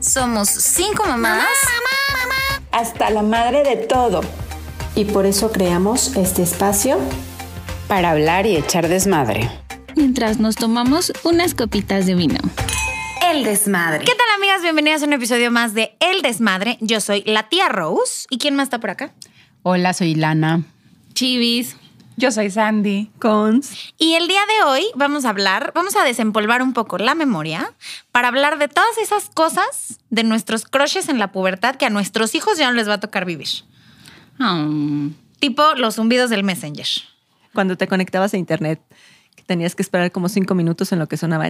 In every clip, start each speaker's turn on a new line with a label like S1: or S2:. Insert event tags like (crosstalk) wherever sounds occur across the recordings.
S1: Somos cinco mamás.
S2: Hasta la madre de todo.
S3: Y por eso creamos este espacio
S4: para hablar y echar desmadre.
S5: Mientras nos tomamos unas copitas de vino.
S1: El desmadre. ¿Qué tal, amigas? Bienvenidas a un episodio más de El desmadre. Yo soy la tía Rose. ¿Y quién más está por acá?
S4: Hola, soy Lana.
S5: Chivis.
S6: Yo soy Sandy Cons.
S1: Y el día de hoy vamos a hablar, vamos a desempolvar un poco la memoria para hablar de todas esas cosas de nuestros crushes en la pubertad que a nuestros hijos ya no les va a tocar vivir.
S4: Um.
S5: Oh.
S1: Tipo los zumbidos del
S6: (laughs)
S1: Messenger.
S6: Cuando te conectabas a internet, que tenías que esperar como cinco minutos en lo que sonaba.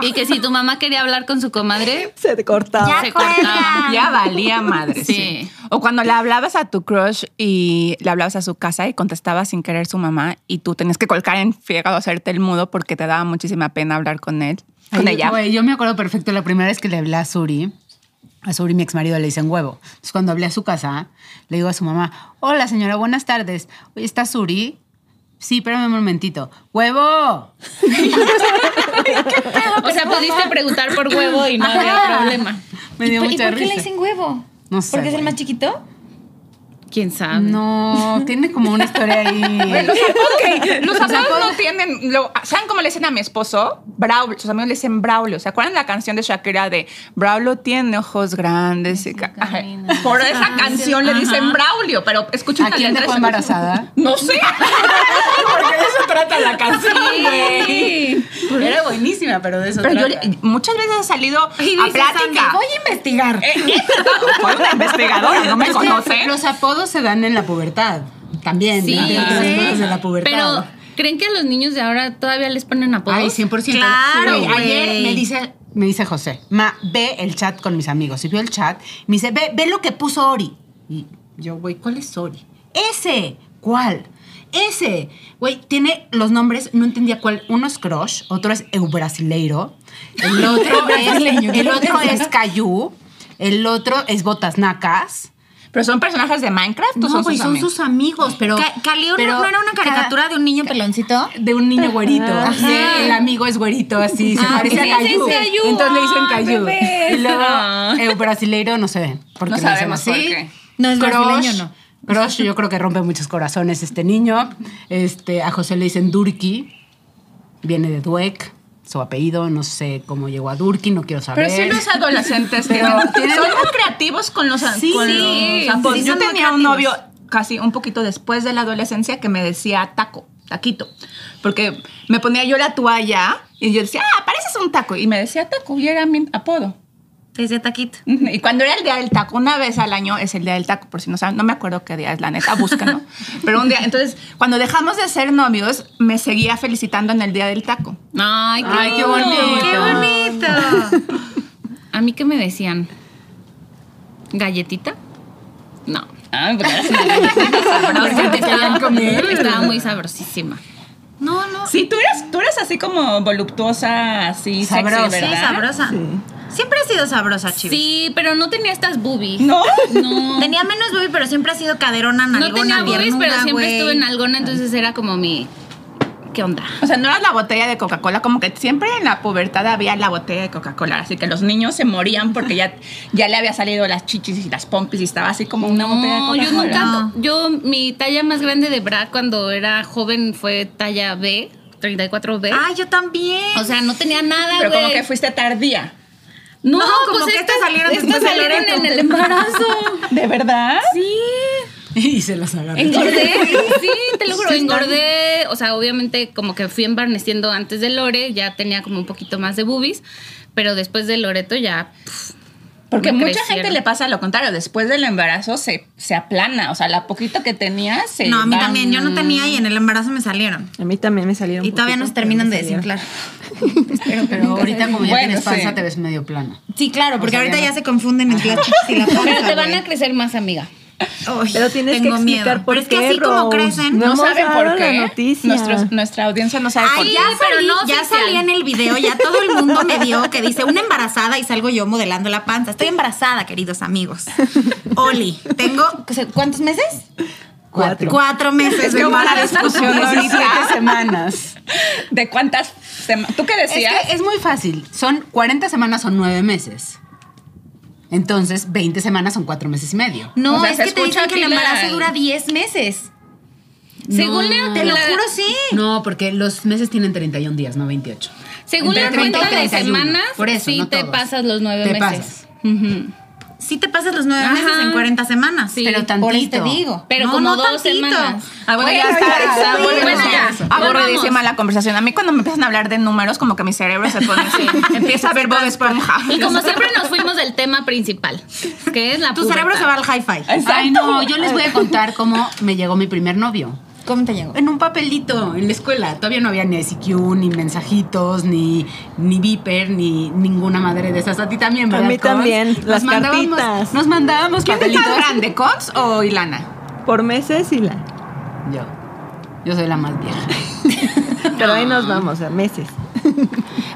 S5: Y que si tu mamá quería hablar con su comadre,
S6: Se te cortaba.
S1: Ya
S5: se
S1: juega.
S5: cortaba.
S7: Ya valía madre.
S5: Sí.
S7: Ah. Sí. O cuando le hablabas a tu crush y le hablabas a su casa y contestaba sin querer su mamá y tú tenías que colgar en friega o hacerte el mudo porque te daba muchísima pena hablar con él, con ella.
S4: Güey, eh, yo me acuerdo perfecto la primera vez que le hablé a Suri. A Suri, mi ex marido, le dicen huevo. Entonces, cuando hablé a su casa, le digo a su mamá: Hola, señora, buenas tardes. Oye, ¿está Suri? Sí, espérame un momentito. (laughs) ¡Huevo!
S5: O sea, pudiste preguntar por huevo y no había problema.
S4: Me dio mucha risa.
S1: huevo?
S4: No sé, güey.
S1: chiquito?
S5: ¿Quién sabe?
S4: No, tiene como una historia ahí.
S7: ok, los amigos no tienen. lo- ¿Saben cómo le dicen a mi esposo? Braulio. Sus amigos le dicen Braulio. ¿Se acuerdan de la canción de Shakira de Braulio tiene ojos grandes? y ca- Ajá. Por
S4: Ah,
S7: esa canción le dicen Braulio, pero escuchen
S4: ¿A
S7: la
S4: quién
S7: letra
S4: dejó
S7: y se-
S4: embarazada? (laughs)
S7: No sé. Porque de eso trata la canción,
S5: Sí.
S4: Era buenísima, pero de eso.
S7: Pero yo
S4: trata.
S7: le- muchas veces he salido a plática.
S1: Voy a investigar.
S7: Eh, eh, Soy una investigadora, no me
S4: Es que
S7: conocen.
S4: Los apodos se dan en la pubertad. También.
S5: Sí.
S4: ¿no? Los
S5: Sí.
S4: apodos de la pubertad.
S5: Pero, ¿creen que a los niños de ahora todavía les ponen apodos?
S4: Ay, 100%.
S1: Claro,
S4: Güey,
S1: güey.
S4: ayer me dice, me dice José, ma, ve el chat con mis amigos. Y vio el chat, me dice, ve, ve lo que puso Ori. Y yo, güey, ¿cuál es Ori? Ese, ¿cuál? Ese, güey, tiene los nombres, no entendía cuál. Uno es Crush, otro es Eubrasileiro, el (laughs) otro es, el otro es Cayu, el otro es Botas Nacas.
S7: Pero son personajes de Minecraft, ¿o
S4: No,
S7: pues, son
S4: güey,
S7: sus
S4: son
S7: amigos?
S4: sus amigos, pero.
S1: Ca- Caliú,
S4: pero
S1: ¿no, no era una caricatura de un niño peloncito?
S4: de un niño güerito. Sí, el amigo es güerito, así, se
S1: Ah,
S4: parece
S1: sí,
S4: a Cayu.
S5: sí, sí, Caillou.
S4: Entonces le dicen
S5: Ah,
S4: Cayu.
S5: bebés.
S4: Y
S5: Ah.
S4: luego, el brasileiro no se ve. Porque
S7: No
S4: le dicen
S7: sabemos
S4: así.
S7: por qué.
S1: No es
S4: Crush,
S1: brasileño, no.
S4: Crush, yo creo que rompe muchos corazones este niño. Este, a José le dicen Durki. Viene de Duek, su apellido. No sé cómo llegó a Durki, no quiero saber.
S7: Pero sí los adolescentes
S4: (laughs) Pero
S7: tienen-
S4: tienen-
S7: son muy creativos con los,
S4: Sí,
S7: con
S4: sí,
S7: los apodos.
S1: sí, son
S7: Yo
S1: muy
S7: tenía
S1: creativos.
S7: un novio casi un poquito después de la adolescencia que me decía taco, taquito, porque me ponía yo la toalla y yo decía, ah, pareces un taco, y me decía taco, y era mi apodo.
S1: Desde taquito.
S7: Ujú, Y cuando era el día del taco, una vez al año es el día del taco, por si no saben, no me acuerdo qué día es, la
S4: (laughs)
S7: neta, búsquenlo. Pero un día, entonces, cuando dejamos de ser novios, me seguía felicitando en el día del taco.
S5: Ay, qué,
S4: Ay, qué
S5: lindo.
S4: bonito.
S1: ¡Qué bonito!
S5: ¿A mí qué me decían? ¿Galletita? No. Ah, (laughs) porque era una galletita sabrosa que estaba, estaba muy sabrosísima.
S1: No, no.
S7: Sí, tú eres, tú eres así como voluptuosa, así
S4: Sabrosa.
S7: sexy,
S1: Sí,
S7: ¿verdad?
S1: sabrosa. Siempre ha sido sabrosa, chivis.
S5: Sí, pero no tenía estas boobies.
S7: ¿No?
S5: No.
S1: Tenía menos boobies, pero siempre ha sido caderona, nalgona,
S5: no tenía boobies,
S1: piernuda,
S5: pero siempre
S1: güey.
S5: estuve en algona, entonces era como mi. ¿Qué onda?
S7: (laughs) O sea, no era la botella de Coca-Cola, como que siempre en la pubertad había la botella de Coca-Cola, así que los niños se morían porque ya, (laughs) ya le había salido las chichis y las pompis y estaba así como una botella de
S5: No,
S7: Coca-Cola.
S5: yo nunca.
S1: No.
S5: Yo, mi talla más grande de bra cuando era joven fue talla B, 34B.
S1: Ah, yo también.
S5: o sea, no tenía nada,
S7: Pero como
S5: güey.
S7: que fuiste tardía.
S5: No,
S1: No, como
S5: pues
S1: que
S5: estas
S1: estas salieron
S5: estas
S1: después del
S5: salieron
S1: Loreto.
S5: en
S7: (laughs)
S5: el embarazo.
S7: ¿De verdad?
S5: Sí.
S4: y se las agarra.
S5: Engordé, sí, te lo juro, engordé. O sea, obviamente como que fui embarneciendo antes de Lore, ya tenía como un poquito más de boobies, pero después de Loreto ya... pff,
S7: Porque
S5: me
S7: mucha
S5: crecieron.
S7: gente le pasa lo contrario. Después del embarazo se, se aplana. O sea, la poquito que tenía se.
S1: no, a mí
S7: va.
S1: también. Yo no tenía y en el embarazo me salieron.
S6: A mí también me salieron.
S1: Y todavía no se terminan de desinflar.
S4: Pero ahorita, como ya
S7: Bueno,
S4: tienes panza,
S7: sí.
S4: te ves medio plana.
S1: Sí, claro, porque
S4: O sea,
S6: Pues
S1: ahorita
S4: ya
S1: ya
S4: no.
S1: se confunden entre las chichis
S6: (laughs)
S1: y la panza,
S5: Pero te van
S1: güey.
S5: a crecer más, amiga.
S1: Ay,
S6: Pero tienes
S1: tengo
S6: que explicar
S1: miedo.
S6: por
S1: Pero es que
S6: qué,
S1: así como
S6: Rose.
S1: crecen...
S6: No
S7: No,
S6: hemos
S7: saben por
S6: dado la
S7: qué.
S6: noticia.
S7: Nuestros- nuestra audiencia no sabe por
S1: Ay,
S7: qué.
S1: ya salí,
S5: pero no
S1: ya
S5: oficial.
S1: salí en el video, ya todo el mundo me vio que dice una embarazada y salgo yo modelando la panza. Estoy embarazada, queridos amigos. Oli, tengo ¿cuántos meses?
S4: Cuatro.
S1: Cuatro meses de
S7: hubo la
S1: embarazo.
S7: discusión
S4: Diecisiete
S7: ahorita
S4: semanas.
S7: de cuántas sema- ¿Tú qué
S4: Es,
S7: decías?
S4: que es muy fácil. Son 40 semanas, son 9 meses. Entonces, 20 semanas son 4 meses y medio.
S1: No,
S7: O sea,
S1: es
S7: se
S1: que te
S7: escucha
S1: dicen que el
S7: aquí la-
S1: embarazo dura 10 meses.
S5: Según Leo,
S1: Te lo
S5: la-
S1: juro, sí.
S4: No, porque los meses tienen 31 días, no 28.
S5: Según
S4: Entre
S5: la cuenta
S4: 30 y
S5: de
S4: 31.
S5: semanas,
S4: Por eso,
S5: sí
S4: no
S5: te
S4: todos.
S5: pasas los nueve
S4: Te
S5: meses.
S4: pasas.
S5: Ujú.
S1: Sí te pasas los nueve
S5: Ajá.
S1: meses en 40 semanas.
S5: Sí.
S4: Pero tantito.
S1: Por eso te digo.
S5: Pero
S1: No, no
S5: como dos
S1: tantito.
S5: semanas.
S7: Ah, bueno, ya
S4: Bueno,
S7: está,
S4: ya,
S7: está
S4: sí,
S7: volvemos
S5: Ah, bueno,
S7: a
S5: ya.
S7: eso.
S5: Volvamos.
S7: Aburridísima la conversación. A mí cuando me empiezan a hablar de números, como que mi cerebro se pone
S5: (laughs)
S7: así. Empieza a ver Bob Esponja.
S5: Y como siempre nos fuimos del tema principal, que es la
S1: Tu cerebro
S5: pubertad.
S1: se va al hi-fi.
S4: Ay, no, yo les voy a contar cómo me llegó mi primer novio.
S1: ¿Cómo te llegó?
S4: En un papelito, en la escuela. Todavía no había ni ICQ, ni mensajitos, ni, ni Viper, ni ninguna madre de esas. A ti también, ¿verdad?
S6: A mí
S4: Cons?
S6: también, las cartitas.
S4: Nos mandábamos
S7: ¿Quién está
S4: papelitos.
S7: grande,
S4: Cons o Ilana?
S6: Por meses y la.
S4: Yo. Yo soy la más vieja.
S6: Pero ahí nos vamos, a meses.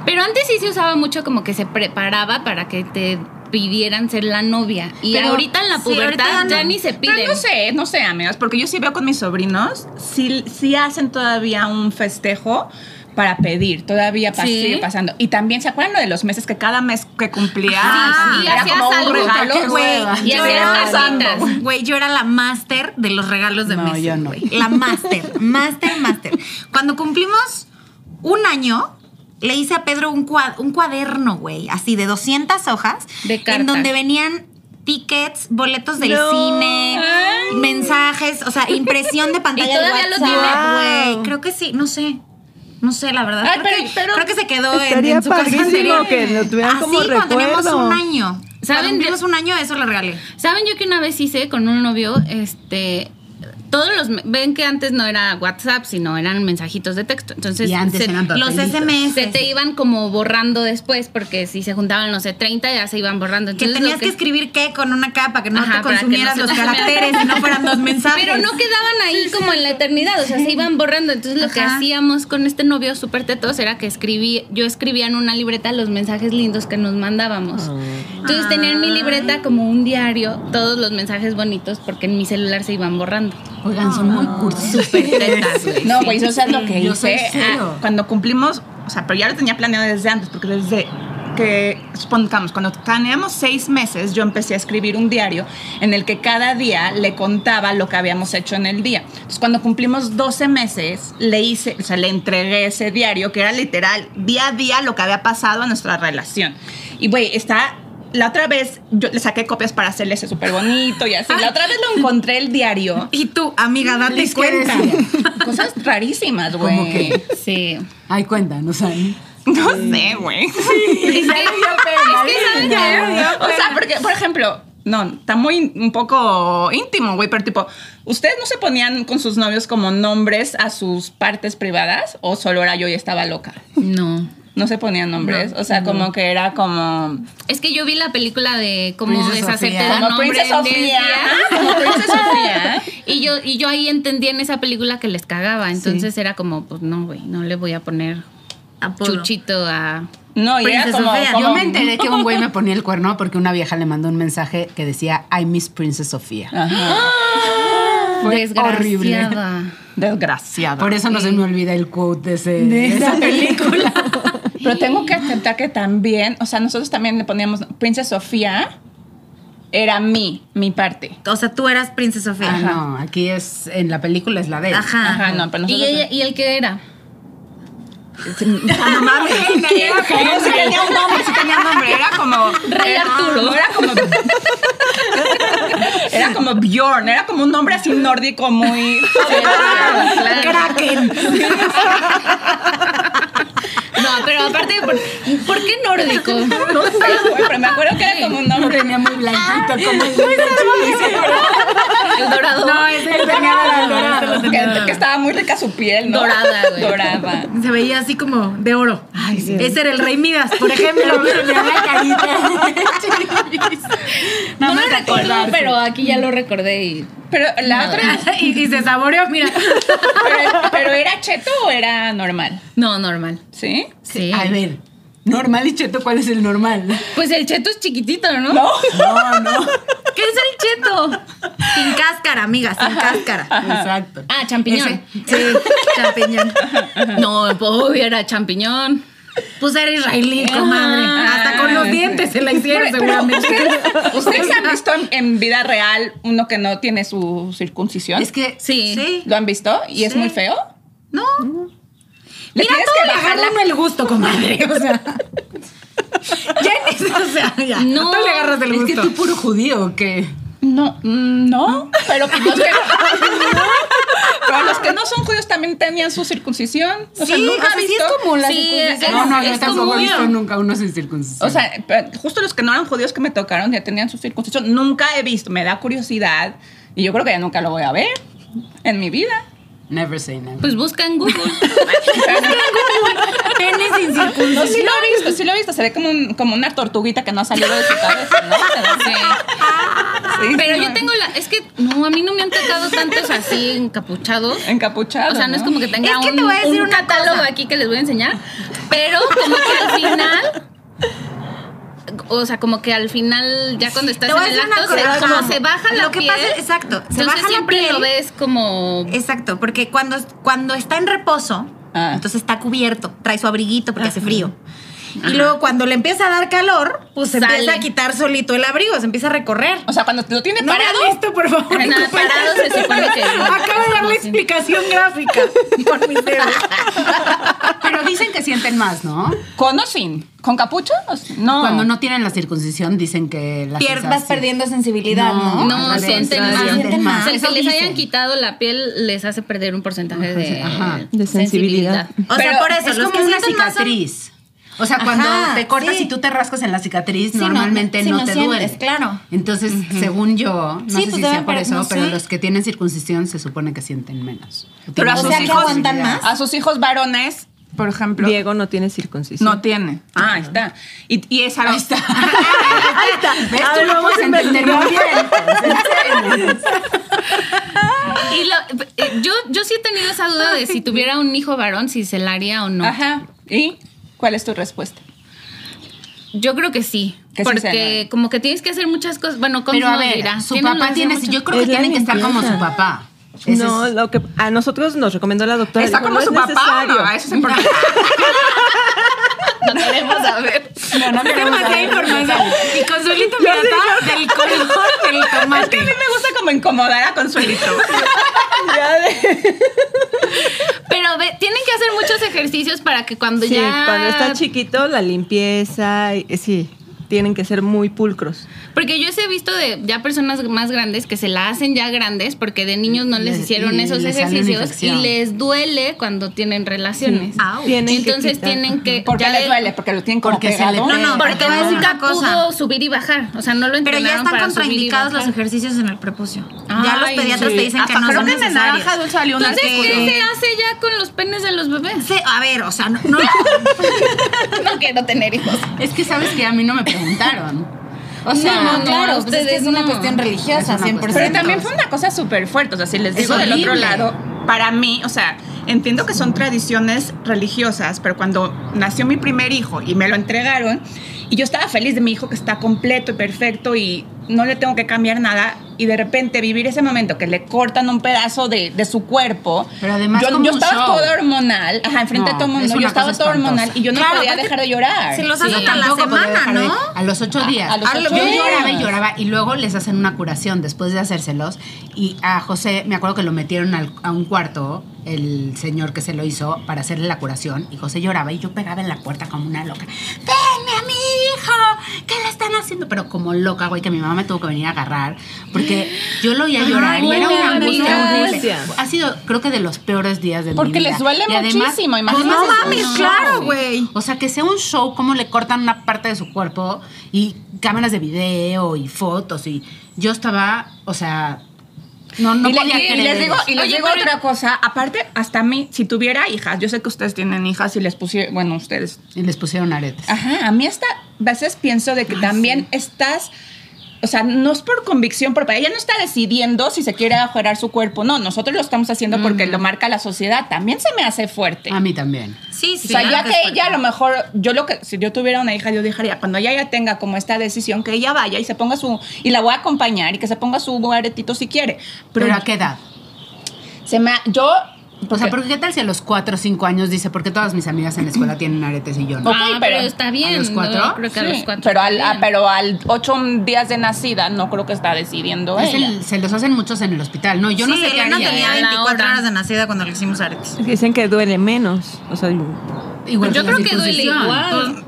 S5: Pero antes sí se usaba mucho como que se preparaba para que te pidieran ser la novia. Y
S1: Pero-
S5: ahorita en la
S1: sí,
S5: pubertad
S1: ahorita no.
S5: ya ni se piden.
S7: Pero no sé, no sé, amigos, porque yo sí veo con mis sobrinos, sí, sí hacen todavía un festejo para pedir, todavía pas-
S5: Sí.
S7: sigue pasando. Y también, ¿se acuerdan lo de los meses que cada mes que cumplía
S5: Ah, Sí, sí,
S7: era
S5: hacías
S7: como un
S5: algo,
S7: regalo?
S5: qué
S1: Güey,
S4: hueva.
S5: Y
S1: yo
S5: hacías
S1: era-
S5: cartitas.
S1: Güey, yo era la máster de los regalos de
S4: No,
S1: meses.
S4: yo no.
S1: güey. La máster, máster, máster. Cuando cumplimos un año, le hice a Pedro un, cua- un cuaderno, güey, así de 200 hojas.
S5: De
S1: En
S5: cartas.
S1: donde venían tickets, boletos del
S6: No.
S1: cine, mensajes, o sea, impresión de pantalla.
S5: Y todavía
S1: de
S5: lo
S1: WhatsApp,
S6: tiene.
S1: Güey, creo que sí, no sé. No sé, la verdad.
S7: Ay,
S1: creo,
S7: pero-
S1: que,
S7: pero-
S1: creo que se quedó en-
S6: Estaría
S1: en su casa
S6: padrísimo
S1: anterior.
S6: que lo tuvieran
S1: Así,
S6: como
S1: cuando teníamos
S6: recuerdo.
S1: un año.
S5: ¿Saben
S1: Cuando
S5: de-
S1: cumplimos un año, eso le regalé.
S5: ¿Saben yo que una vez hice con un novio, este, todos los, me- ven que antes no era WhatsApp, sino eran mensajitos de texto. Entonces,
S4: Y antes
S5: se-
S4: eran
S1: Los
S4: papelitos.
S1: SMS.
S5: se te iban como borrando después, porque si se juntaban, no sé, 30 ya se iban borrando.
S1: que
S5: Entonces, lo
S1: tenías que, escribir qué con una capa, que no
S5: Ajá,
S1: te
S5: para que no
S1: consumieras
S5: se
S1: los
S5: te-
S1: caracteres y no fueran dos mensajes.
S5: Pero no quedaban ahí como en la eternidad, o sea, se iban borrando. Entonces lo que
S1: Ajá.
S5: hacíamos con este novio súper tetos era que escribí, yo escribía en una libreta los mensajes lindos que nos mandábamos.
S1: Ah.
S5: Entonces tenía en mi libreta como un diario todos los mensajes bonitos porque en mi celular se iban borrando.
S4: Oigan, son muy cursis.
S5: Súper
S7: (laughs)
S5: tetas, güey.
S7: No, pues eso es lo que
S4: Yo soy
S7: hice.
S4: cero.
S7: Ah, cuando cumplimos, o sea, pero ya lo tenía planeado desde antes, porque desde que, supongamos, cuando planeamos seis meses, yo empecé a escribir un diario en el que cada día le contaba lo que habíamos hecho en el día. Entonces, cuando cumplimos 12 meses, le hice, o sea, le entregué ese diario que era literal día a día lo que había pasado en nuestra relación. Y, güey, está... La otra vez yo le saqué copias para hacerle ese súper bonito y así. La otra vez lo encontré el diario.
S4: (laughs)
S1: Y tú, amiga, date
S4: Les
S1: cuenta.
S4: decía.
S7: Cosas rarísimas, güey.
S4: ¿Cómo qué?
S5: Sí.
S4: Ay, cuéntanos, Ani.
S7: No sé, güey. (laughs)
S5: Es que, ¿saben qué?
S7: O sea, porque, por ejemplo, no, está muy un poco íntimo, güey, pero tipo, ¿ustedes no se ponían con sus novios como nombres a sus partes privadas? ¿O solo era yo y estaba loca?
S5: No.
S7: No se ponían nombres. o sea, como que era como.
S5: Es que yo vi la película de cómo
S4: Princesa
S5: deshacerte
S4: Sofía.
S5: de un
S7: Como
S5: hombre
S7: Princesa
S5: en 10
S7: Sofía. Ah,
S5: (laughs) días.
S7: Como Princesa Sofía.
S5: Y yo, y yo ahí entendí en esa película que les cagaba. Entonces era como, pues no, güey, no le voy a poner
S1: Apodo.
S5: chuchito a.
S7: No, y era
S1: Princesa
S7: como.
S1: Sofía.
S7: como-
S4: Yo me enteré que un güey me ponía el cuerno porque una vieja le mandó un mensaje que decía I miss Princess Sofía.
S7: Ajá.
S4: Fue
S5: desgraciada.
S4: horrible.
S7: Desgraciada.
S4: Por eso no se me olvida el quote de, ese- de esa película.
S7: Pero tengo que aceptar que también, o sea, nosotros también le poníamos Princesa Sofía. Era mi, mi parte.
S1: O sea, tú eras
S4: (laughs)
S1: Princesa
S4: Ah,
S1: Sofía.
S4: (laughs) no, aquí es, en la película es la de él.
S1: Ajá.
S7: Ajá, no, pero
S5: Ah. ¿Y,
S7: nosotros.
S5: ella, ¿Y el que era?
S7: No mames.
S1: (laughs)
S7: No, sí tenía un nombre, sí tenía un nombre. Era como.
S5: Rey
S7: era-
S5: Arturo.
S7: no, Era como. Era como Bjorn. Era como un nombre así
S1: (laughs)
S7: nórdico muy.
S1: Kraken.
S5: No, pero aparte, ¿por, ¿por qué nórdico?
S7: (laughs) No sé, güey, pero me acuerdo que era como un
S4: No
S7: nombre.
S4: tenía muy blanquito como el
S5: El dorado.
S4: No, ese lo tenía
S1: Ah,
S4: dorado.
S7: Que, que estaba muy rica su piel, ¿no?
S5: Dorada, güey.
S7: Dorada.
S1: Se veía así como de oro. Ese era el Rey Midas, por ejemplo.
S5: no lo recuerdo, pero aquí ya lo recordé y.
S7: Pero la otra.
S1: (laughs) y, y se saboreó, mira.
S7: Pero, pero era cheto o era normal,
S5: No, normal.
S7: ¿sí?
S5: Sí.
S4: A ver, normal y cheto, ¿cuál es el normal?
S5: Pues el cheto es chiquitito,
S7: No.
S5: ¿no?
S4: No, no.
S5: ¿Qué es el cheto?
S1: Sin cáscara, amiga, sin cáscara.
S4: Exacto.
S5: Ah, champiñón.
S1: Ese. Sí, champiñón.
S5: (laughs) No, pues obvio, era champiñón. Pues era israelí, comadre. Hasta con los dientes se la hicieron
S7: Pero- pero
S5: seguramente.
S7: ¿ustedes, ustedes han visto en, en vida real uno que no tiene su circuncisión?
S4: Es que
S5: Sí.
S7: ¿Lo han visto? ¿Y es
S4: Sí.
S7: muy feo?
S4: No.
S7: Le
S4: Mira,
S7: tienes
S4: todo
S7: que
S4: le
S7: bajar
S4: agarra uno el gusto, comadre. O (laughs) sea. Jenny, o sea, ya.
S5: No.
S4: Tú le agarras el
S5: Es
S4: gusto.
S5: que tú
S4: puro judío o qué?
S7: No, mm, no. Pero pues los que, pero los que no son judíos también tenían su circuncisión. O sea,
S1: Sí,
S7: nunca
S1: o sea,
S7: he
S1: sí
S7: visto.
S1: es como la
S5: Sí,
S1: circuncisión.
S5: es-
S4: No, no,
S5: es
S4: yo tampoco he
S5: común.
S4: visto nunca uno sin circuncisión.
S7: O sea, pero justo los que no eran judíos que me tocaron ya tenían su circuncisión. Nunca he visto, me da curiosidad. Y yo creo que ya nunca lo voy a ver en mi vida.
S4: never say never.
S5: Pues busca en Google.
S1: Pene sin
S5: Pues
S7: No, sí
S1: circuncisión.
S7: lo he visto, sí lo he visto. Se ve como, un- como una tortuguita que no ha salido de su cabeza, ¿no?
S5: Sí. Pero yo tengo la. Es que no, a mí no me han tocado tantos así encapuchados.
S7: Encapuchado.
S5: O sea, no es como que tenga
S1: Es que
S5: un,
S1: te voy a decir
S5: un
S1: una
S5: catálogo
S1: cosa.
S5: aquí que les voy a enseñar. Pero como que al final. O sea, como que al final, ya cuando estás
S1: Te voy a
S5: en el
S1: decir
S5: acto,
S1: una
S5: se-
S1: cosa.
S5: como se baja la
S1: Lo que
S5: piel.
S1: pasa- exacto, se
S5: entonces
S1: baja la
S5: siempre
S1: piel.
S5: lo ves como.
S1: Exacto, porque cuando, cuando está en reposo,
S7: Ah.
S1: entonces está cubierto, trae su abriguito porque hace frío. Y luego cuando le empieza a dar calor, pues se
S5: Sale.
S1: empieza a quitar solito el abrigo, se empieza a recorrer.
S7: O sea, cuando lo tiene
S1: No me
S7: parado.
S1: hagas esto, por favor.
S5: Nada,
S1: (laughs)
S5: parado se supone que.
S4: Acabo de dar la
S5: No sé.
S4: explicación gráfica por mis dedos. Pero dicen que sienten más, ¿no?
S7: ¿Con o sin? ¿Con capucha? O sea, No.
S4: Cuando no tienen la circuncisión, dicen que la
S1: Pier- vas
S4: sensación-
S1: perdiendo sensibilidad, ¿no? Ah,
S4: No.
S5: No,
S4: Al
S5: sienten
S4: contrario,
S5: más.
S1: sienten más.
S5: El
S4: Eso
S5: que les hayan
S4: dicen.
S5: quitado la piel les hace perder un porcentaje de,
S4: Ajá.
S6: De sensibilidad.
S1: O sea,
S7: Pero
S1: por eso,
S4: Es
S1: los
S4: como
S1: que
S4: una
S1: sienten más son-
S4: cicatriz. O sea, cuando
S1: Ajá,
S4: te cortas
S1: sí.
S4: y tú te rascas en la cicatriz,
S1: Sí, no,
S4: normalmente
S1: sí,
S4: no,
S1: no
S4: te
S1: sientes,
S4: duele.
S1: claro.
S4: Entonces, según yo, no
S1: Sí,
S4: sé
S1: pues
S4: si
S1: deben
S4: sea por
S1: pare-
S4: eso,
S1: no
S4: pero
S1: sé.
S4: los que tienen circuncisión se supone que sienten menos.
S7: Pero a sus
S1: sea, que
S7: hijos.
S1: aguantan más.
S7: A sus hijos varones, por ejemplo.
S6: Diego no tiene circuncisión.
S7: No tiene. Ah, ahí está. Y, y es algo. Ahí (laughs) está.
S4: Ahí está. ¿Ves? Tú lo puedes entender muy bien.
S5: Y lo- eh, yo, yo sí he tenido esa duda de si tuviera un hijo varón, si se la haría o no.
S7: Ajá. ¿Y cuál es tu respuesta?
S5: Yo creo que sí.
S7: Que sí
S5: porque
S7: se haga.
S5: como que tienes que hacer muchas cosas. Bueno, ¿cómo
S4: Pero a
S5: nos
S4: ver,
S5: dirá?
S4: su
S5: ¿Quién nos
S4: papá
S5: hace
S4: tiene...
S5: mucho?
S4: Yo creo que
S6: Es la
S4: tienen que estar como su
S6: limpieza.
S4: papá. Ese (laughs)
S6: No,
S4: es-
S6: lo que a nosotros nos recomendó la doctora.
S7: ¿Está
S6: dijo,
S7: como
S6: "No
S7: su
S6: es
S7: papá?
S6: necesario".
S7: No, eso es importante. no queremos saber. No, no
S1: Tengo
S7: queremos
S1: demasiada
S7: saber.
S1: información. Y Consuelito me ata del color del
S7: Es que a
S1: tomate.
S7: mí me gusta como incomodar a Consuelito.
S5: (laughs) Pero ve, tienen que hacer muchos ejercicios para que cuando
S6: Sí,
S5: ya.
S6: cuando está chiquito, la limpieza, y- eh, sí, tienen que ser muy pulcros.
S5: Porque yo sí he visto de ya personas más grandes que se la hacen ya grandes porque de niños no les
S4: Les-
S5: hicieron
S4: y
S5: esos
S4: les sale una
S5: ejercicios y
S4: infección.
S5: les duele cuando tienen relaciones.
S1: Au.
S6: Tienen que
S5: Entonces
S6: quitar.
S5: tienen que.
S7: ¿Por qué
S5: ya
S7: les
S5: le-
S7: duele? Porque lo tienen como
S4: Porque se
S7: pegado.
S4: le
S1: No, no,
S4: Pero
S1: porque
S5: Porque
S1: voy a decir una
S5: nunca
S1: cosa.
S5: pudo subir y bajar. O sea, no lo
S1: Pero
S5: entrenaron
S1: ya están
S5: para subir y
S1: contraindicados los
S5: bajar.
S1: ejercicios en el prepucio. ya los
S5: Ay,
S1: pediatras
S5: sí.
S1: te dicen
S7: Hasta
S1: que no
S7: creo
S1: son
S7: que en la
S1: necesarios.
S7: naranja dulce salió un
S5: Entonces,
S7: artículo.
S5: ¿qué se hace ya con los penes de los bebés?
S1: (laughs) Sí, a ver, o sea, no, no-
S5: No quiero tener hijos.
S4: Es que sabes que a mí no me preguntaron. O sea, pues
S5: No, no, claro, ustedes no.
S1: religiosa,
S4: Es una cuestión.
S7: Pero también fue una cosa súper fuerte. O sea, si les digo del otro
S4: horrible.
S7: lado, para mí, o sea, entiendo que son tradiciones religiosas, pero cuando nació mi primer hijo y me lo entregaron, y yo estaba feliz de mi hijo que está completo y perfecto y no le tengo que cambiar nada, y de repente vivir ese momento que le cortan un pedazo de, de su cuerpo.
S4: Pero además
S7: yo,
S4: como
S7: yo
S4: un
S7: estaba
S4: show.
S7: toda hormonal, ajá, enfrente
S4: No,
S7: de todo el
S4: es
S7: mundo,
S4: una
S7: yo estaba
S4: cosa
S7: toda hormonal
S4: espantosa.
S7: y yo no
S1: Claro,
S7: podía
S1: aparte
S7: dejar de llorar.
S1: se los
S4: Sí,
S1: hace hasta la
S4: tampoco podía
S1: semana,
S4: dejar de-
S1: ¿no?
S4: a los ocho días.
S7: a los
S4: Ah,
S7: ocho
S4: yo
S7: días.
S4: lloraba y lloraba y luego les hacen una curación después de hacérselos. Y a José, me acuerdo que lo metieron al- a un cuarto, el señor que se lo hizo, para hacerle la curación. Y José lloraba y yo pegaba en la puerta como una loca. ¡Denme a mi hijo! ¿Qué le están haciendo? Pero como loca, güey, que mi mamá me tuvo que venir a agarrar. Porque yo lo oía llorar y era
S5: buena
S4: una angustia
S5: amiga.
S4: horrible. Ha sido, creo que de los peores días de mi
S7: Porque
S4: vida.
S7: les duele
S4: Y además-
S7: muchísimo, imagínate.
S4: además
S1: No
S4: es un
S1: mames,
S4: show.
S1: claro, güey.
S4: O sea, que sea un show como le cortan una parte de su cuerpo y cámaras de video y fotos y yo estaba, o sea, no, no
S7: y, le-
S4: podía
S7: y- y
S4: creer.
S7: les digo, y les
S5: Oye,
S7: digo
S5: pero-
S7: otra cosa, aparte, hasta a mí, si tuviera hijas, yo sé que ustedes tienen hijas y les pusieron, bueno, ustedes.
S4: Y les pusieron aretes.
S7: Ajá, a mí hasta a veces pienso de que también estás, o sea, no es por convicción propia, ella no está decidiendo si se quiere ajorar su cuerpo, no, nosotros lo estamos haciendo porque lo marca la sociedad, también se me hace fuerte.
S4: A mí también.
S1: Sí, sí.
S7: O sea, ya
S1: claro
S7: que
S1: es
S7: ella a lo mejor, yo lo que, si yo tuviera una hija, yo dejaría, cuando ella ya tenga como esta decisión, que ella vaya y se ponga su, y la voy a acompañar y que se ponga su aretito si quiere.
S4: Pero, ¿a qué edad?
S7: Se me ha- yo
S4: O sea, porque qué tal si a los 4 o 5 años dice, porque todas mis amigas en la escuela tienen aretes y yo no?
S7: Ok,
S5: ah, pero,
S7: pero-
S5: está bien.
S4: los cuatro?
S5: no, creo que a los
S7: Sí,
S5: cuatro.
S7: pero,
S5: está
S7: al, ah,
S5: bien.
S7: pero al ocho días de nacida no creo que está decidiendo
S4: Es el-
S7: ella.
S4: se los hacen muchos en el hospital. No, yo no
S1: Sí,
S4: sé qué
S1: Elena
S4: haría,
S1: tenía
S4: ¿eh?
S5: a la
S1: 24
S5: hora.
S1: horas de nacida cuando le hicimos aretes.
S6: Dicen que duele menos. O sea,
S4: ¿eh? Igual
S5: Yo
S4: la
S5: creo que duele
S4: circuncisión.
S5: igual.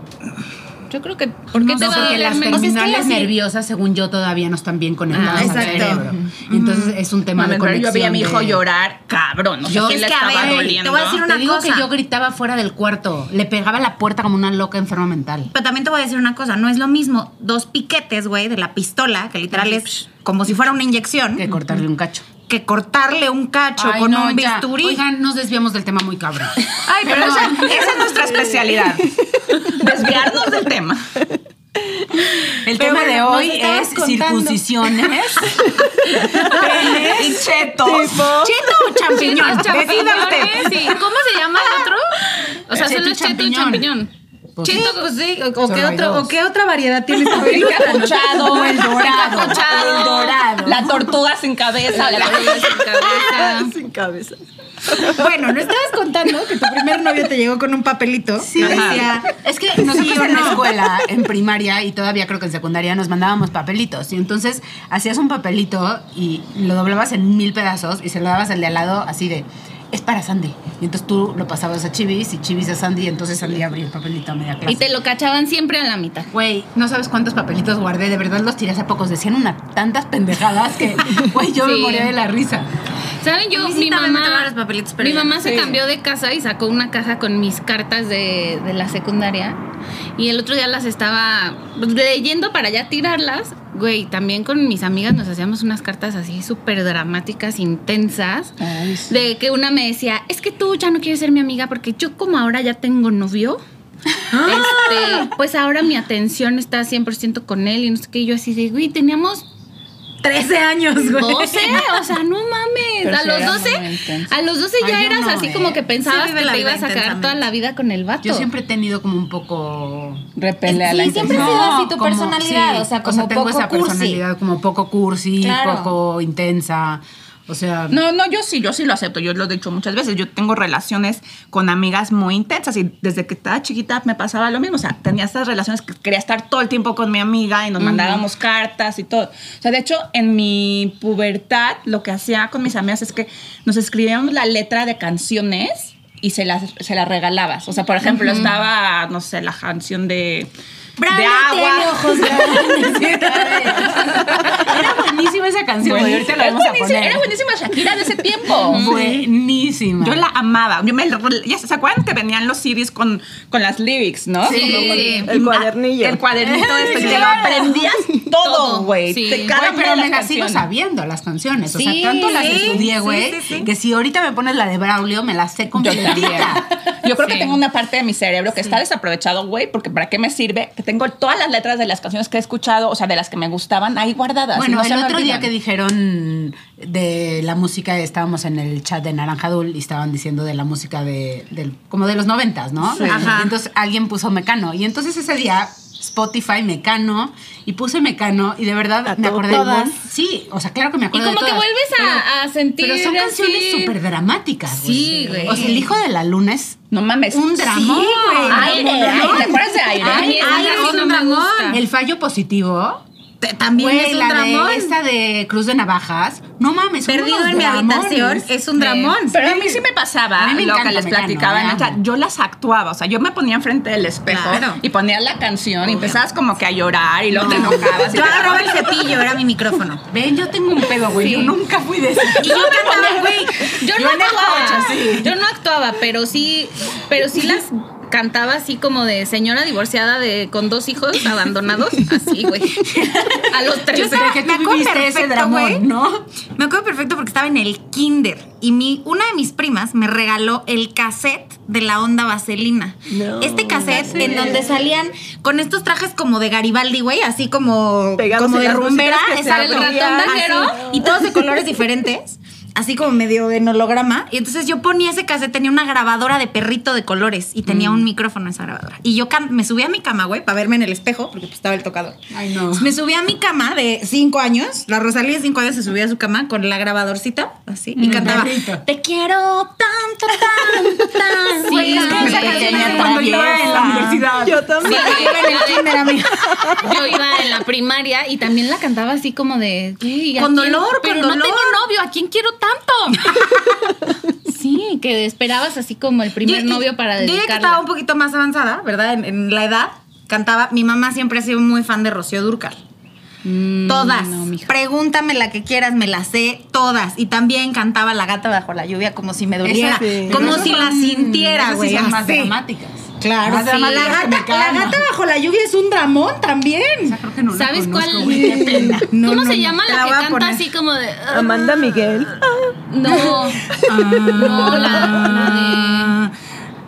S5: Yo creo que. ¿Por qué
S4: No,
S5: te va a
S4: porque
S5: doler
S4: las
S5: menos? Pues
S4: terminales
S1: las-
S4: nerviosas, según yo, todavía no están bien conectadas
S1: Ah,
S4: al
S1: exacto.
S4: cerebro. Entonces es un tema
S7: Mami,
S4: de
S7: pero
S4: conexión.
S7: yo vi a mi hijo
S4: de-
S7: llorar, cabrón. O sea,
S4: Yo-
S7: sí
S4: es
S7: le
S1: que, a
S7: estaba
S1: ver,
S7: doliendo.
S1: te voy a decir
S4: Ah, Te
S1: una
S4: digo
S1: cosa.
S4: que yo gritaba fuera del cuarto. Le pegaba la puerta como una loca enferma mental.
S1: Pero también te voy a decir una cosa, no es lo mismo dos piquetes, güey, de la pistola, que literal es como si fuera una inyección,
S4: Que cortarle un cacho.
S1: que cortarle un cacho
S4: Ay,
S1: con
S4: no,
S1: un
S4: ya.
S1: bisturí.
S4: Oigan, nos desviamos del tema muy cabrón.
S7: Ay, pero esa, esa
S1: (laughs)
S7: es nuestra especialidad. Desviarnos del tema.
S4: El
S1: Pero
S4: tema
S1: bueno,
S4: de
S1: nos
S4: hoy
S1: estabas
S4: es
S1: contando.
S4: circuncisiones. (laughs)
S7: Penes y chetos.
S1: Cheto o (laughs) champiñón,
S5: Los
S1: decida usted.
S5: champiñones, sí. ¿Cómo se llama el otro? O sea,
S4: Cheto
S5: son
S4: y
S5: los cheto y
S4: champiñón.
S5: champiñón.
S4: Pues
S1: Sí,
S5: Cheto-
S1: pues sí, o- o qué,
S4: hay
S1: otro,
S4: dos.
S1: ¿o qué otra variedad tienes (laughs)
S7: El capuchado, el dorado,
S5: capuchado.
S7: el dorado, la tortuga sin cabeza, la
S5: Ay, sin cabeza.
S6: sin cabeza.
S1: Bueno, no estabas contando que tu primer novio te llegó con un papelito.
S4: Sí, decía. Es que (laughs) nosotros en la escuela, en primaria y todavía creo que en secundaria, nos mandábamos papelitos. Y entonces hacías un papelito y lo doblabas en mil pedazos y se lo dabas al de al lado así de. Es para Sandy. Y entonces tú lo pasabas a Chivis y Chivis a Sandy y entonces Sandy abría el papelito a media clase.
S5: Y te lo cachaban siempre a la mitad.
S4: Güey, no sabes cuántos papelitos guardé, de verdad los tiré hace pocos. Decían una tantas pendejadas (laughs) que, güey, yo me
S5: Sí.
S4: moría de la risa.
S5: ¿Saben? Yo,
S1: Sí,
S5: mi
S1: también me tomaba
S5: mamá.
S1: los papelitos, pero
S5: Mi
S1: ya.
S5: mamá se cambió de casa y sacó una caja con mis cartas de, de la secundaria. Y el otro día las estaba pues, leyendo para ya tirarlas. Güey, también con mis amigas nos hacíamos unas cartas así súper dramáticas, intensas. De que una me decía, es que tú ya no quieres ser mi amiga porque yo como ahora ya tengo novio. este, pues ahora mi atención está 100% con él y no sé qué. Y yo así de, güey, teníamos
S1: 13 años, güey.
S5: 12, o sea, no mames.
S7: Pero
S5: a
S7: sí
S5: los
S7: era
S5: 12,
S7: muy intenso.
S5: a los 12 ya
S4: Ay, yo
S5: eras
S4: no,
S5: así
S4: eh.
S5: como que
S1: Sí
S5: pensabas
S1: vive
S5: que
S1: la
S5: te
S1: vida
S5: ibas a quedar
S1: intensamente.
S5: toda la vida con el vato.
S4: Yo siempre he tenido como un poco
S7: repele a la
S1: Sí, siempre
S7: intención.
S1: se da así tu
S4: como-
S1: personalidad,
S4: sí,
S1: o sea, como
S4: tengo
S1: poco
S4: esa
S1: cursi.
S4: personalidad como poco cursi,
S1: Claro.
S4: poco intensa. O sea, (laughs)
S7: No, no, yo sí, yo sí lo acepto. Yo lo he dicho muchas veces. Yo tengo relaciones con amigas muy intensas y desde que estaba chiquita me pasaba lo mismo. O sea, tenía estas relaciones que quería estar todo el tiempo con mi amiga y nos mandábamos cartas y todo. O sea, de hecho, en mi pubertad lo que hacía con mis amigas es que nos escribíamos la letra de canciones y se las, se las regalabas. O sea, por ejemplo, estaba, no sé, la canción de...
S1: Bravo,
S7: de
S1: tiene
S7: agua.
S1: ojos grandes.
S4: era buenísima esa canción.
S7: Buenísimo.
S4: y ahorita la vamos a
S7: Buenísimo.
S4: poner.
S7: Era buenísima Shakira
S4: (laughs)
S7: de ese tiempo.
S4: Buenísima.
S7: Yo la amaba. Yo me, ya se ¿se acuerdan que venían los CDs con, con las lyrics, ¿no?
S5: Sí,
S7: Como con-
S5: sí.
S7: El cuadernillo. el cuadernito este. y Te lo aprendías (laughs) todo,
S5: Todo,
S7: güey.
S5: sí.
S7: Te-
S4: Güey,
S7: Cada una
S4: pero
S7: de
S4: me
S7: las
S4: las sigo
S7: canciones.
S4: sabiendo las canciones. O sea,
S5: Sí,
S4: tanto las
S5: sí,
S4: estudié, güey, que si ahorita me pones la de Braulio, me la sé
S7: Yo también.
S4: completita.
S7: (laughs) Yo creo que tengo una parte de mi cerebro que está desaprovechado, güey, porque ¿para qué me sirve? Que tengo todas las letras de las canciones que he escuchado, o sea, de las que me gustaban, ahí guardadas.
S4: Bueno,
S7: no se
S4: el
S7: me
S4: otro día
S7: olvidan.
S4: que dijeron de la música, estábamos en el chat de Naranja Dul y estaban diciendo de la música de, del- como de los noventas, ¿no?
S1: Ajá.
S4: Y entonces alguien puso Mecano. Y entonces ese día Spotify Mecano y puse Mecano y de verdad me acordé.
S1: todas.
S4: Sí, o sea, claro que me
S5: y
S4: acuerdo
S5: como
S4: de
S5: que
S4: todas,
S5: vuelves a, a sentir.
S4: Pero son canciones
S5: así-
S4: súper dramáticas.
S5: Sí, güey.
S4: O sea, El Hijo de la Luna es
S7: No mames.
S4: un drama.
S7: Aire, aire. ¿Te acuerdas de aire?
S5: Ay,
S7: Aire.
S5: ay,
S4: es
S5: no
S4: un
S5: me
S4: dramón.
S5: gusta.
S4: El fallo positivo.
S1: Te- También
S4: Güey,
S1: es un
S4: la
S1: dramón.
S4: de esta de Cruz de Navajas. No mames, son
S1: Perdido
S4: unos
S1: en mi
S4: dramones.
S1: habitación es un dramón.
S7: Pero a mí sí me
S4: A
S7: pasaba
S4: mí me
S7: lo
S4: encanta,
S7: que les
S4: me encanta,
S7: platicaba.
S4: me
S7: en el chat.
S4: encanta.
S7: yo las actuaba, o sea, yo me ponía enfrente del espejo
S1: Claro.
S7: y ponía la canción y empezabas como que a llorar y luego te enojabas.
S1: (laughs)
S7: y
S1: Yo
S7: te-
S1: agarraba el cepillo, era mi (laughs) micrófono.
S4: Ven, yo tengo un pedo, güey. Yo nunca fui de ese.
S1: Y yo cantaba, güey.
S5: Yo no actuaba. Yo no actuaba, pero sí, pero
S4: (laughs)
S5: sí las cantaba así como de señora divorciada de con dos hijos abandonados, así, güey. (laughs) A los tres.
S1: Yo estaba-
S4: que tú
S1: me acuerdo
S4: viviste ese
S1: perfecto,
S4: dramón,
S1: güey.
S4: ¿no?
S1: Me acuerdo perfecto porque estaba en el kinder y mi, una de mis primas me regaló el cassette de la onda vaselina. este cassette en donde salían con estos trajes como de Garibaldi, güey, así como,
S7: Pegados
S1: como
S7: en
S1: de
S7: las
S1: rumbera,
S7: cositas que se
S1: exacto.
S5: abrían. El ratón
S1: Así.
S5: vaquero.
S1: Y todos de colores diferentes. así como medio en holograma. Y entonces yo ponía ese cassette, tenía una grabadora de perrito de colores y tenía
S5: Mm.
S1: un micrófono en esa grabadora. Y yo cam- me subí a mi cama, güey, para verme en el espejo, porque pues estaba el tocador.
S4: Ay, no.
S1: Me subí a mi cama de cinco años. La Rosalía de cinco años se subía a su cama con la grabadorcita, así,
S5: Mm,
S1: y cantaba: Te quiero tanto, tan, tan.
S5: Sí,
S1: Güey,
S5: esa
S1: güey.
S5: canción
S1: Esa
S5: era
S1: cuando
S7: traviesa.
S1: yo era en la universidad.
S6: Yo también.
S5: Sí, Yo iba en la primaria y también la cantaba así como de. "Güey, ¿a
S1: Con
S5: quién?
S1: dolor,
S5: Pero
S1: con
S5: no
S1: dolor.
S5: tengo novio, ¿a quién quiero tanto? sí, que esperabas así como el primer
S1: Yo-
S5: novio para
S1: Yo ya que estaba un
S5: dedicarla.
S1: poquito más avanzada, ¿verdad? En, en la edad, cantaba. Mi mamá siempre ha sido muy fan de Rocío Durcal.
S5: Mm,
S1: Todas.
S5: no, mija.
S1: Pregúntame la que quieras, me la sé todas. Y también cantaba La gata bajo la lluvia como si me doliera.
S6: sí.
S1: Como
S4: Esas
S1: si la
S4: son-
S5: Mm.
S1: sintiera,
S4: esas
S1: güey.
S4: sí son más
S1: así.
S4: dramáticas.
S1: Claro,
S4: Más
S1: sí. La
S4: dramáticas que
S1: gata,
S4: me
S1: la
S4: calma.
S1: gata bajo la lluvia es un dramón también.
S4: Creo que no la
S5: ¿Sabes
S4: conozco,
S5: cuál?
S4: güey.
S1: No,
S5: (laughs) ¿Cómo
S1: no,
S5: se
S1: no,
S5: llama
S1: te
S5: la,
S1: la
S5: que
S1: voy a
S5: canta
S1: poner.
S5: así como de. "Ah,
S6: Amanda Miguel.
S5: No. no, la, la de.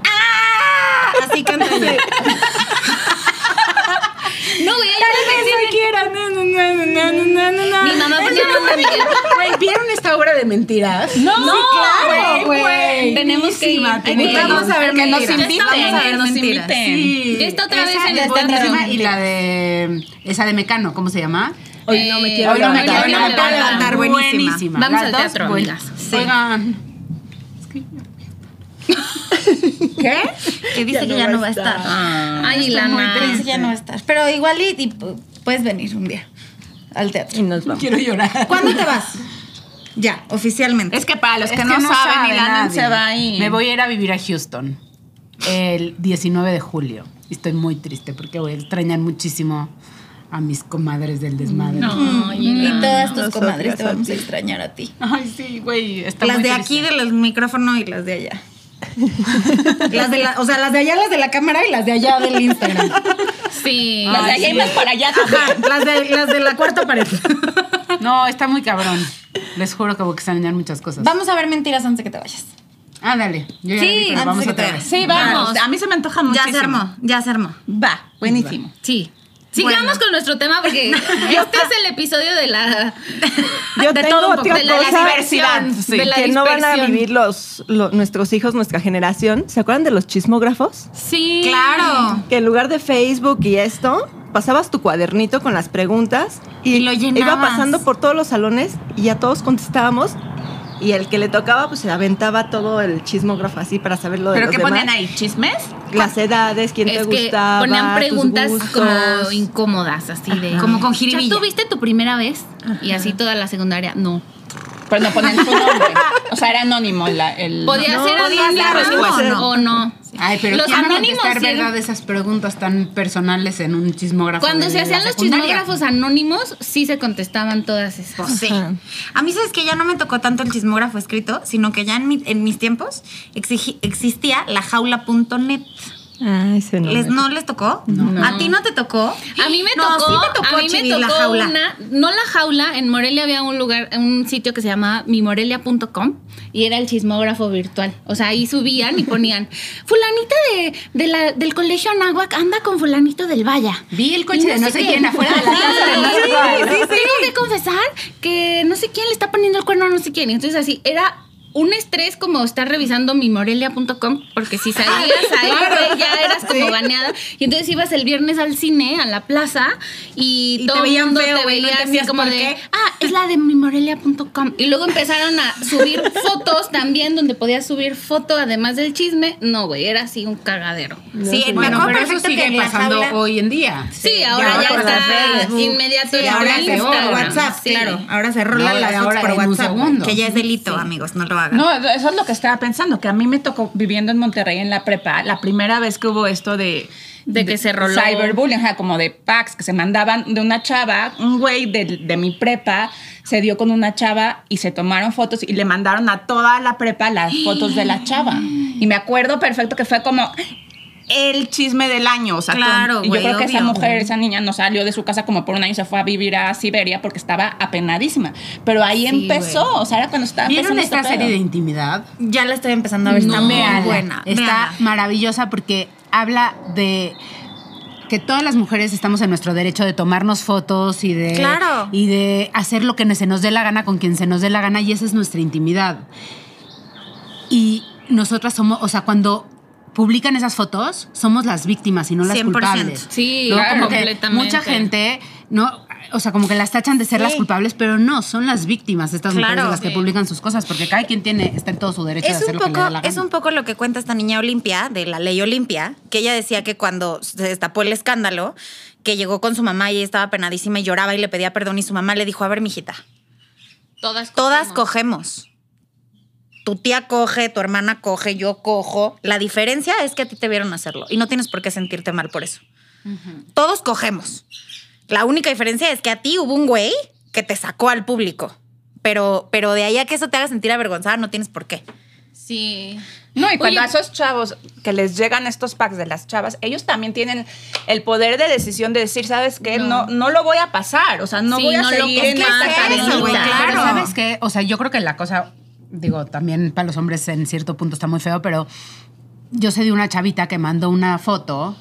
S1: ¡Ah! Así canta ella.
S5: (laughs) No, güey, hay una canción-
S1: quiera. na, na, na, na, na, na, na.
S5: Mi mamá ponía Amanda Miguel.
S4: Güey, ¿vieron esta obra de mentiras?
S5: No,
S4: claro,
S5: güey,
S4: güey.
S5: Tenemos que ir.
S4: Buenísima,
S5: Hay
S4: tenemos
S5: que ir.
S4: que Vamos a ver
S5: Hay que
S4: mentiras.
S5: ir.
S4: Nos
S1: invitan,
S5: Que
S1: vamos a ver
S5: nos
S1: mentiras.
S5: inviten. Que está otra vez
S4: Esa
S5: en
S4: ya
S5: el
S4: está
S5: cuadro.
S4: encima, Y la de. Esa de Mecano, ¿cómo se llama?
S6: Hoy no me
S5: Eh,
S6: quiero
S5: hoy no me
S6: levantar.
S5: quiero
S1: Hoy no me
S5: levantar.
S1: puedo levantar, buenísima.
S5: Vamos
S4: Las
S5: al
S4: dos
S5: teatro,
S4: buenas.
S5: amigas.
S4: Oigan.
S1: ¿Qué? Que dice que ya no va a estar.
S5: Ay,
S1: Estoy muy
S5: Lana.
S1: triste, ya no va a estar. Pero igual y, y pu- puedes venir un día al teatro.
S6: Y nos vamos.
S4: Quiero llorar.
S1: ¿Cuándo te vas? Ya, oficialmente.
S7: Es que para los
S4: Es
S7: que, no, saben,
S4: sabe
S7: Ilan
S4: nadie.
S7: se va ahí.
S4: Me voy a ir a vivir a Houston el 19 de julio. Y Estoy muy triste porque voy a extrañar muchísimo a mis comadres del desmadre.
S1: y
S5: No,
S1: todas tus comadres te vamos a extrañar a ti.
S4: Ay, sí, güey. está
S1: las
S4: muy
S1: de
S4: triste.
S1: aquí del micrófono y las de allá. las de la, o sea, las de allá, las de la cámara y las de allá del Instagram.
S4: (laughs)
S5: Sí.
S7: Las de allá y más para allá
S1: Ajá, las de, las de la cuarta
S7: (laughs)
S1: pared.
S4: No, está muy cabrón. Les juro que voy a extrañar muchas cosas.
S1: Vamos a ver mentiras antes de que te vayas.
S4: Ah, dale. Yo ya
S5: Sí,
S4: la vi, pero
S1: antes
S4: vamos
S1: que
S4: otra
S1: te-
S4: vez.
S7: Sí, vamos. A mí se me antoja muchísimo.
S1: Ya se armó, ya se armó.
S7: Va, buenísimo.
S5: Sí. Sigamos con nuestro tema
S6: (laughs)
S5: porque este es el episodio de la
S6: Yo
S5: de
S6: tengo
S5: todo un poco,
S6: otra
S5: de la
S6: cosa
S5: diversidad,
S7: sí,
S5: de la
S6: que no van a
S5: dispersión.
S6: vivir los, lo- nuestros hijos, nuestra generación. ¿Se acuerdan de los chismógrafos?
S5: Sí.
S1: Claro.
S6: Que en lugar de Facebook y esto, pasabas tu cuadernito con las preguntas y,
S1: Y lo
S6: iba
S1: llenabas.
S6: pasando por todos los salones y a todos contestábamos. Y el que le tocaba, pues se aventaba todo el chismógrafo así para saber lo de
S7: ¿Pero
S6: los
S7: qué
S6: demás.
S7: ponían ahí? ¿Chismes?
S6: Las edades, quién te
S5: Es que
S6: gustaba.
S5: ponían
S6: tus
S5: preguntas como
S6: gustos.
S5: incómodas, así de.
S1: Como con jiribilla.
S5: ¿Ya tuviste tu primera vez? Y así toda la secundaria. No.
S7: Pero no ponían su nombre. O sea, era anónimo la, el...
S5: Podía
S6: No,
S5: ser
S6: podía
S5: anónimo
S6: ser respuesta.
S5: o no.
S4: Ay, pero
S5: los
S4: ¿quién va a
S5: anónimos
S4: contestar
S5: sí eran-
S4: verdad esas preguntas tan personales en un chismógrafo?
S5: Cuando
S4: de
S5: se hacían
S4: la
S5: los
S4: secundaria?
S5: chismógrafos anónimos, sí se contestaban todas esas.
S1: Pues sí. A mí, ¿sabes que Ya no me tocó tanto el chismógrafo escrito, sino que ya en, mi- en mis tiempos exigi- existía la jaula.net.
S6: Ay, se no.
S1: ¿Les,
S6: me-
S1: ¿No les tocó? ¿A ti no te tocó?
S5: A mí me
S1: No,
S5: tocó,
S1: sí te tocó,
S5: a mí me
S1: Chivis,
S5: tocó
S1: la jaula.
S5: una, no la jaula, en Morelia había un lugar, un sitio que se llamaba mimorelia.com y era el chismógrafo virtual. O sea, ahí subían y
S1: (laughs)
S5: ponían, fulanita de, de la- del colegio Anáhuac anda con fulanito del Valla.
S4: Vi el coche
S5: Y
S4: de no sé
S5: qué.
S4: quién afuera de
S1: (laughs)
S4: la casa de no sé
S5: Sí,
S4: cuál.
S5: sí, sí. Tengo que confesar que no sé quién le está poniendo el cuerno a no sé quién. Y Entonces así, era un estrés como estar revisando mi morelia.com porque si salías
S1: Ah,
S5: ahí güey, ya eras como baneada y entonces ibas el viernes al cine a la plaza y,
S1: Y te
S5: todo el
S1: veían
S5: mundo
S1: feo,
S5: te
S1: güey, no
S5: veía así
S1: entendías
S5: como
S1: por
S5: de
S1: qué.
S5: ah es la de mimorelia.com y luego empezaron a subir fotos también donde podías subir foto además del chisme no güey era así un cagadero
S1: Sí,
S4: (laughs)
S1: me
S4: Bueno, pero
S1: acuerdo
S4: eso
S1: perfecto que
S4: sigue
S1: en la
S4: pasando
S1: jaula-
S4: hoy en día.
S5: Sí, ahora ya,
S4: por las
S5: está
S4: redes.
S5: inmediato.
S1: Sí,
S5: en
S1: ahora
S5: el
S1: se
S5: Instagram.
S1: por WhatsApp,
S5: Sí.
S1: claro. Ahora se rola
S4: No,
S1: las
S4: y
S1: fotos
S4: ahora
S1: por
S4: en un
S1: WhatsApp,
S4: segundo.
S1: que ya es delito, amigos, no lo hagan.
S7: No, eso es lo que estaba pensando, que a mí me tocó viviendo en Monterrey en la prepa, la primera vez que hubo esto de...
S5: De que se roló.
S7: Cyberbullying, ajá, como de packs que se mandaban de una chava, un güey de, de mi prepa se dio con una chava y se tomaron fotos y le mandaron a toda la prepa las fotos de la chava. Y me acuerdo perfecto que fue como el chisme del año, o sea,
S1: Claro,
S7: con- y
S1: güey,
S7: yo creo que esa
S1: obvio.
S7: mujer, esa niña no salió de su casa como por un año, se fue a vivir a Siberia porque estaba apenadísima, pero ahí empezó, o sea, era cuando estaba
S4: ¿Vieron
S7: empezando este
S4: esta serie
S7: pedo.
S4: de intimidad?
S1: Ya la estoy empezando a ver, está muy
S4: Véanla.
S1: buena.
S4: Está
S1: Véanla.
S4: maravillosa porque habla de que todas las mujeres estamos en nuestro derecho de tomarnos fotos y de,
S1: Claro.
S4: y de hacer lo que se nos dé la gana con quien se nos dé la gana y esa es nuestra intimidad. Y nosotras somos, o sea, cuando publican esas fotos, somos las víctimas y no las
S1: 100%.
S4: culpables.
S5: Sí,
S4: ¿no?
S5: claro,
S4: Como que
S5: completamente.
S4: Mucha gente, ¿no? O sea, como que las tachan de ser las culpables, pero no, son las víctimas estas mujeres
S1: Claro.
S4: las que
S1: Sí.
S4: publican sus cosas, porque cada quien tiene, está en todo su derecho de
S1: Es
S4: hacer lo
S1: un,
S4: que le
S1: poco,
S4: da la
S1: es
S4: gana.
S1: un poco lo que cuenta esta niña Olimpia, de la ley Olimpia, que ella decía que cuando se destapó el escándalo, que llegó con su mamá y ella estaba penadísima y lloraba y le pedía perdón y su mamá le dijo, a ver, mijita,
S5: Todas
S1: todas
S5: cogemos.
S1: cogemos. Tu tía coge, tu hermana coge, yo cojo. La diferencia es que a ti te vieron hacerlo y no tienes por qué sentirte mal por eso. Todos cogemos. La única diferencia es que a ti hubo un güey que te sacó al público. Pero, pero de ahí a que eso te haga sentir avergonzada, no tienes por qué.
S5: Sí.
S7: No, y cuando a
S5: Oye.
S7: esos chavos que les llegan estos packs de las chavas, ellos también tienen el poder de decisión de decir, ¿sabes qué? No, no, lo voy a pasar. O sea, no
S5: Sí,
S7: voy a
S5: no lo
S7: seguir en
S5: compres.
S7: esta
S5: ¿Qué es eso,
S7: cadenita.
S5: güey?
S1: Claro.
S4: Pero sabes que, o sea, yo creo que la cosa, digo, también para los hombres en cierto punto está muy feo, pero yo sé de una chavita que mandó una foto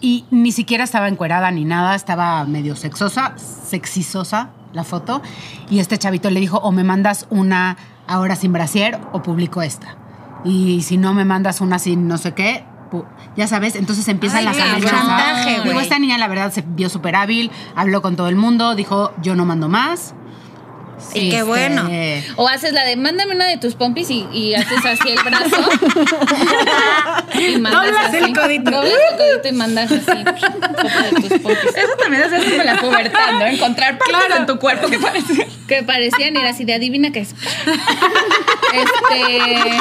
S4: y ni siquiera estaba encuerada ni nada, estaba medio sexosa, sexisosa la foto, y este chavito le dijo, o me mandas una ahora sin brasier o publico esta. Y si no me mandas una sin no sé qué, pu- ya sabes, entonces empiezan
S1: Ay,
S4: las
S1: qué
S4: amenazas.
S1: chantaje,
S4: Digo,
S1: güey.
S4: esta niña la verdad se vio súper hábil, habló con todo el mundo, dijo, yo no mando más.
S1: Y qué bueno.
S5: O haces la de, mándame una de tus pompis y, y haces así el brazo. (laughs) y mandas
S4: Doblas
S5: así.
S4: el codito.
S5: Doblas el codito y mandas así. foto de tus pompis.
S7: Eso también es hacer como la pubertad, ¿no? Encontrar partes en tu cuerpo que parecen.
S5: Que parecían, era así de adivina (laughs) qué es. este.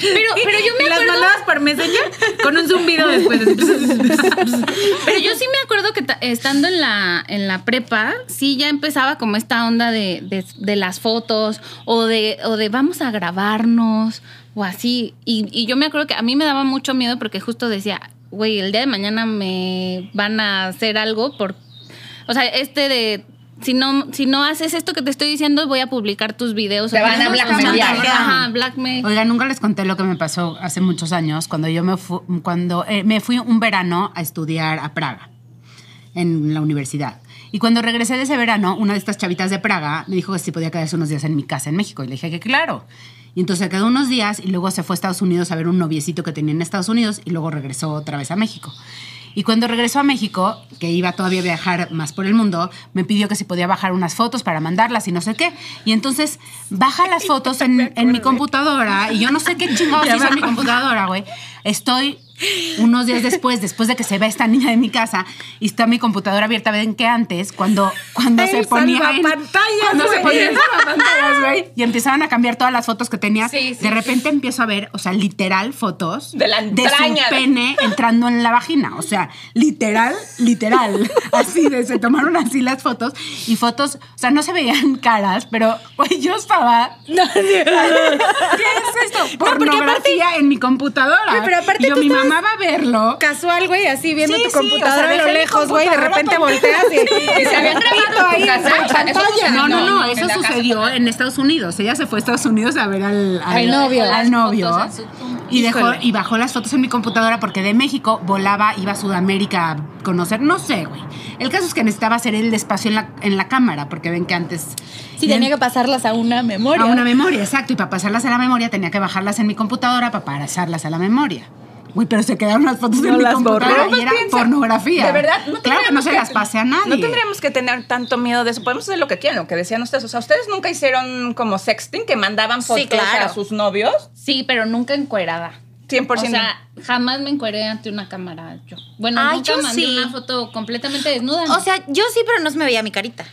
S5: Pero, (laughs) pero yo (laughs) me acuerdo.
S1: por Messenger con un zumbido
S5: (laughs)
S1: después.
S5: Pero yo sí me acuerdo que ta- estando en la, en la prepa, sí ya empezaba como esta onda de, de- de las fotos o de, o de vamos a grabarnos o así. Y, y yo me acuerdo que a mí me daba mucho miedo porque justo decía, güey, el día de mañana me van a hacer algo por... O sea, este de... Si no, si no haces esto que te estoy diciendo, voy a publicar tus videos.
S7: Te van a
S1: blackmailear.
S5: Ajá, blackmail.
S4: Oiga, nunca les conté lo que me pasó hace muchos años cuando yo me, fu- cuando, eh, me fui un verano a estudiar a Praga, en la universidad. Y cuando regresé de ese verano, una de estas chavitas de Praga me dijo que si podía quedarse unos días en mi casa en México. Y le dije que claro. Y entonces se quedó unos días y luego se fue a Estados Unidos a ver un noviecito que tenía en Estados Unidos y luego regresó otra vez a México. Y cuando regresó a México, que iba todavía a viajar más por el mundo, me pidió que si podía bajar unas fotos para mandarlas y no sé qué. Y entonces baja las fotos en, en mi computadora y yo no sé qué chingados hizo en mi computadora, güey. Estoy unos días después, después de que se va esta niña de mi casa y está mi computadora abierta, ven que antes, cuando, cuando se ponía en, cuando se ponía en- (laughs) y empezaban a cambiar todas las fotos que tenía,
S5: Sí, sí,
S4: de repente empiezo a ver, o sea, literal fotos
S7: De la entraña.
S4: su pene entrando en la vagina, o sea, literal, literal, así de se tomaron así las fotos y fotos, o sea, no se veían caras, pero güey, yo estaba (laughs) ¿Qué es esto? Pornografía en mi computadora.
S1: Ay, pero aparte
S4: Y yo,
S1: tú
S4: mi
S1: estabas-
S4: mamá va a verlo.
S1: Casual, güey, así viendo
S4: Sí,
S1: tu
S4: sí, o
S1: computadora
S4: sea,
S1: a lo
S4: dejé mi
S1: lejos, güey, de
S4: computadora
S1: repente volteas y, (laughs)
S7: Y se habían grabado en tu casa. O sea, eso
S4: No, no, no,
S7: en
S4: eso
S7: la casa.
S4: sucedió en Estados Unidos. Ella se fue a Estados Unidos a ver al, al-
S5: Al novio.
S4: al novio.
S5: Las fotos en su tumba.
S4: Y, dejó,
S5: Híjole.
S4: y bajó las fotos en mi computadora porque de México volaba, iba a Sudamérica a conocer, no sé, güey. El caso es que necesitaba hacer el espacio en la, en la cámara porque ven que antes... Bien-
S5: pasarlas a una memoria.
S4: a una memoria, exacto. Y para pasarlas a la memoria tenía que bajarlas en mi computadora para pasarlas a la memoria. Uy, pero se quedaron las fotos en mi
S6: las
S4: computadora
S7: borró.
S4: y era
S7: Piensa,
S4: pornografía.
S7: De verdad, no
S4: Claro que no
S7: tendríamos
S4: se las pase a nadie.
S7: No tendríamos que tener tanto miedo de eso. Podemos hacer lo que quieran, lo que decían ustedes. O sea, ustedes nunca hicieron como sexting, que mandaban fotos
S1: claro.
S7: a sus novios.
S5: Sí, pero nunca encuerada.
S7: 100%.
S5: O sea, jamás me encueré ante una cámara yo. Bueno,
S1: Ay,
S5: nunca
S1: yo
S5: mandé
S1: sí.
S5: una foto completamente desnuda.
S1: O sea, yo sí, pero no se me veía mi carita.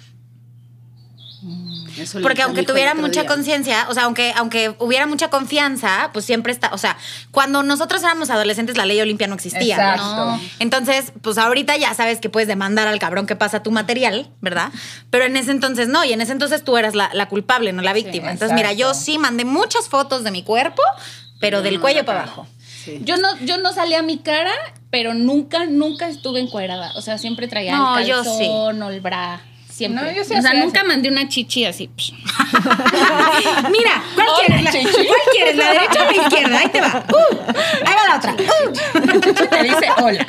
S1: Porque aunque tuviera mucha conciencia, o sea, aunque, aunque hubiera mucha confianza, pues siempre está, o sea, cuando nosotros éramos adolescentes la ley Olimpia no existía. ¿no?
S7: Exacto.
S1: Entonces, pues ahorita ya sabes que puedes demandar al cabrón que pasa tu material, ¿verdad? Pero en ese entonces no, y en ese entonces tú eras la, la culpable, no la víctima. entonces, mira, yo
S7: exacto.
S1: sí mandé muchas fotos de mi cuerpo, pero del cuello para abajo.
S5: yo no, yo no salía mi cara, pero nunca, nunca estuve encuerada. O sea, siempre traía
S1: No,
S5: el
S1: yo
S5: calzón o el bra. Siempre.
S7: No, yo sí
S5: o sea,
S7: hacía
S5: nunca mandé una
S1: (laughs)
S5: chichi así. psh.
S1: Mira, ¿cuál quieres? La, ¿Cuál quieres? ¿La derecha o la izquierda? Ahí te va. Uh, ahí va la otra. Uh.
S7: te dice hola.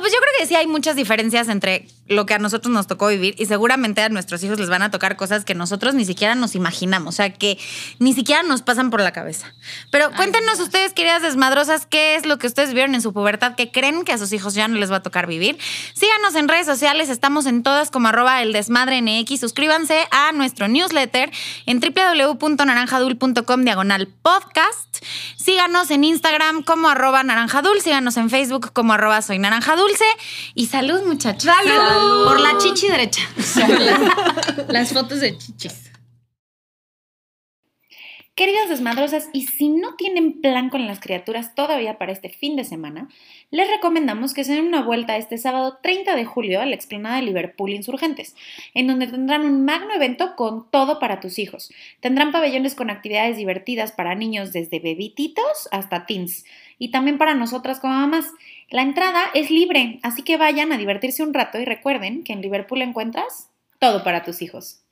S1: pues sí hay muchas diferencias entre lo que a nosotros nos tocó vivir y seguramente a nuestros hijos les van a tocar cosas que nosotros ni siquiera nos imaginamos, o sea, que ni siquiera nos pasan por la cabeza. Pero cuéntenos ustedes, queridas desmadrosas, qué es lo que ustedes vieron en su pubertad que creen que a sus hijos ya no les va a tocar vivir. Síganos en redes sociales, estamos en todas como arroba el desmadre NX. Suscríbanse a nuestro newsletter en www.naranjadul.com diagonal podcast. Síganos en Instagram como arroba naranjadul, síganos en Facebook como arroba soy naranja dulce. Y salud, muchachos.
S5: ¡Salud!
S1: Por (laughs) la chichi derecha.
S5: Las, las fotos de chichis. Queridas desmadrosas, y si no tienen plan con las criaturas todavía para este fin de semana, les recomendamos que se den una vuelta este sábado 30 de julio a la explanada de Liverpool Insurgentes, en donde tendrán un magno evento con todo para tus hijos. Tendrán pabellones con actividades divertidas para niños desde bebititos hasta teens, y también para nosotras como mamás. La entrada es libre, así que vayan a divertirse un rato y recuerden que en Liverpool encuentras todo para tus hijos.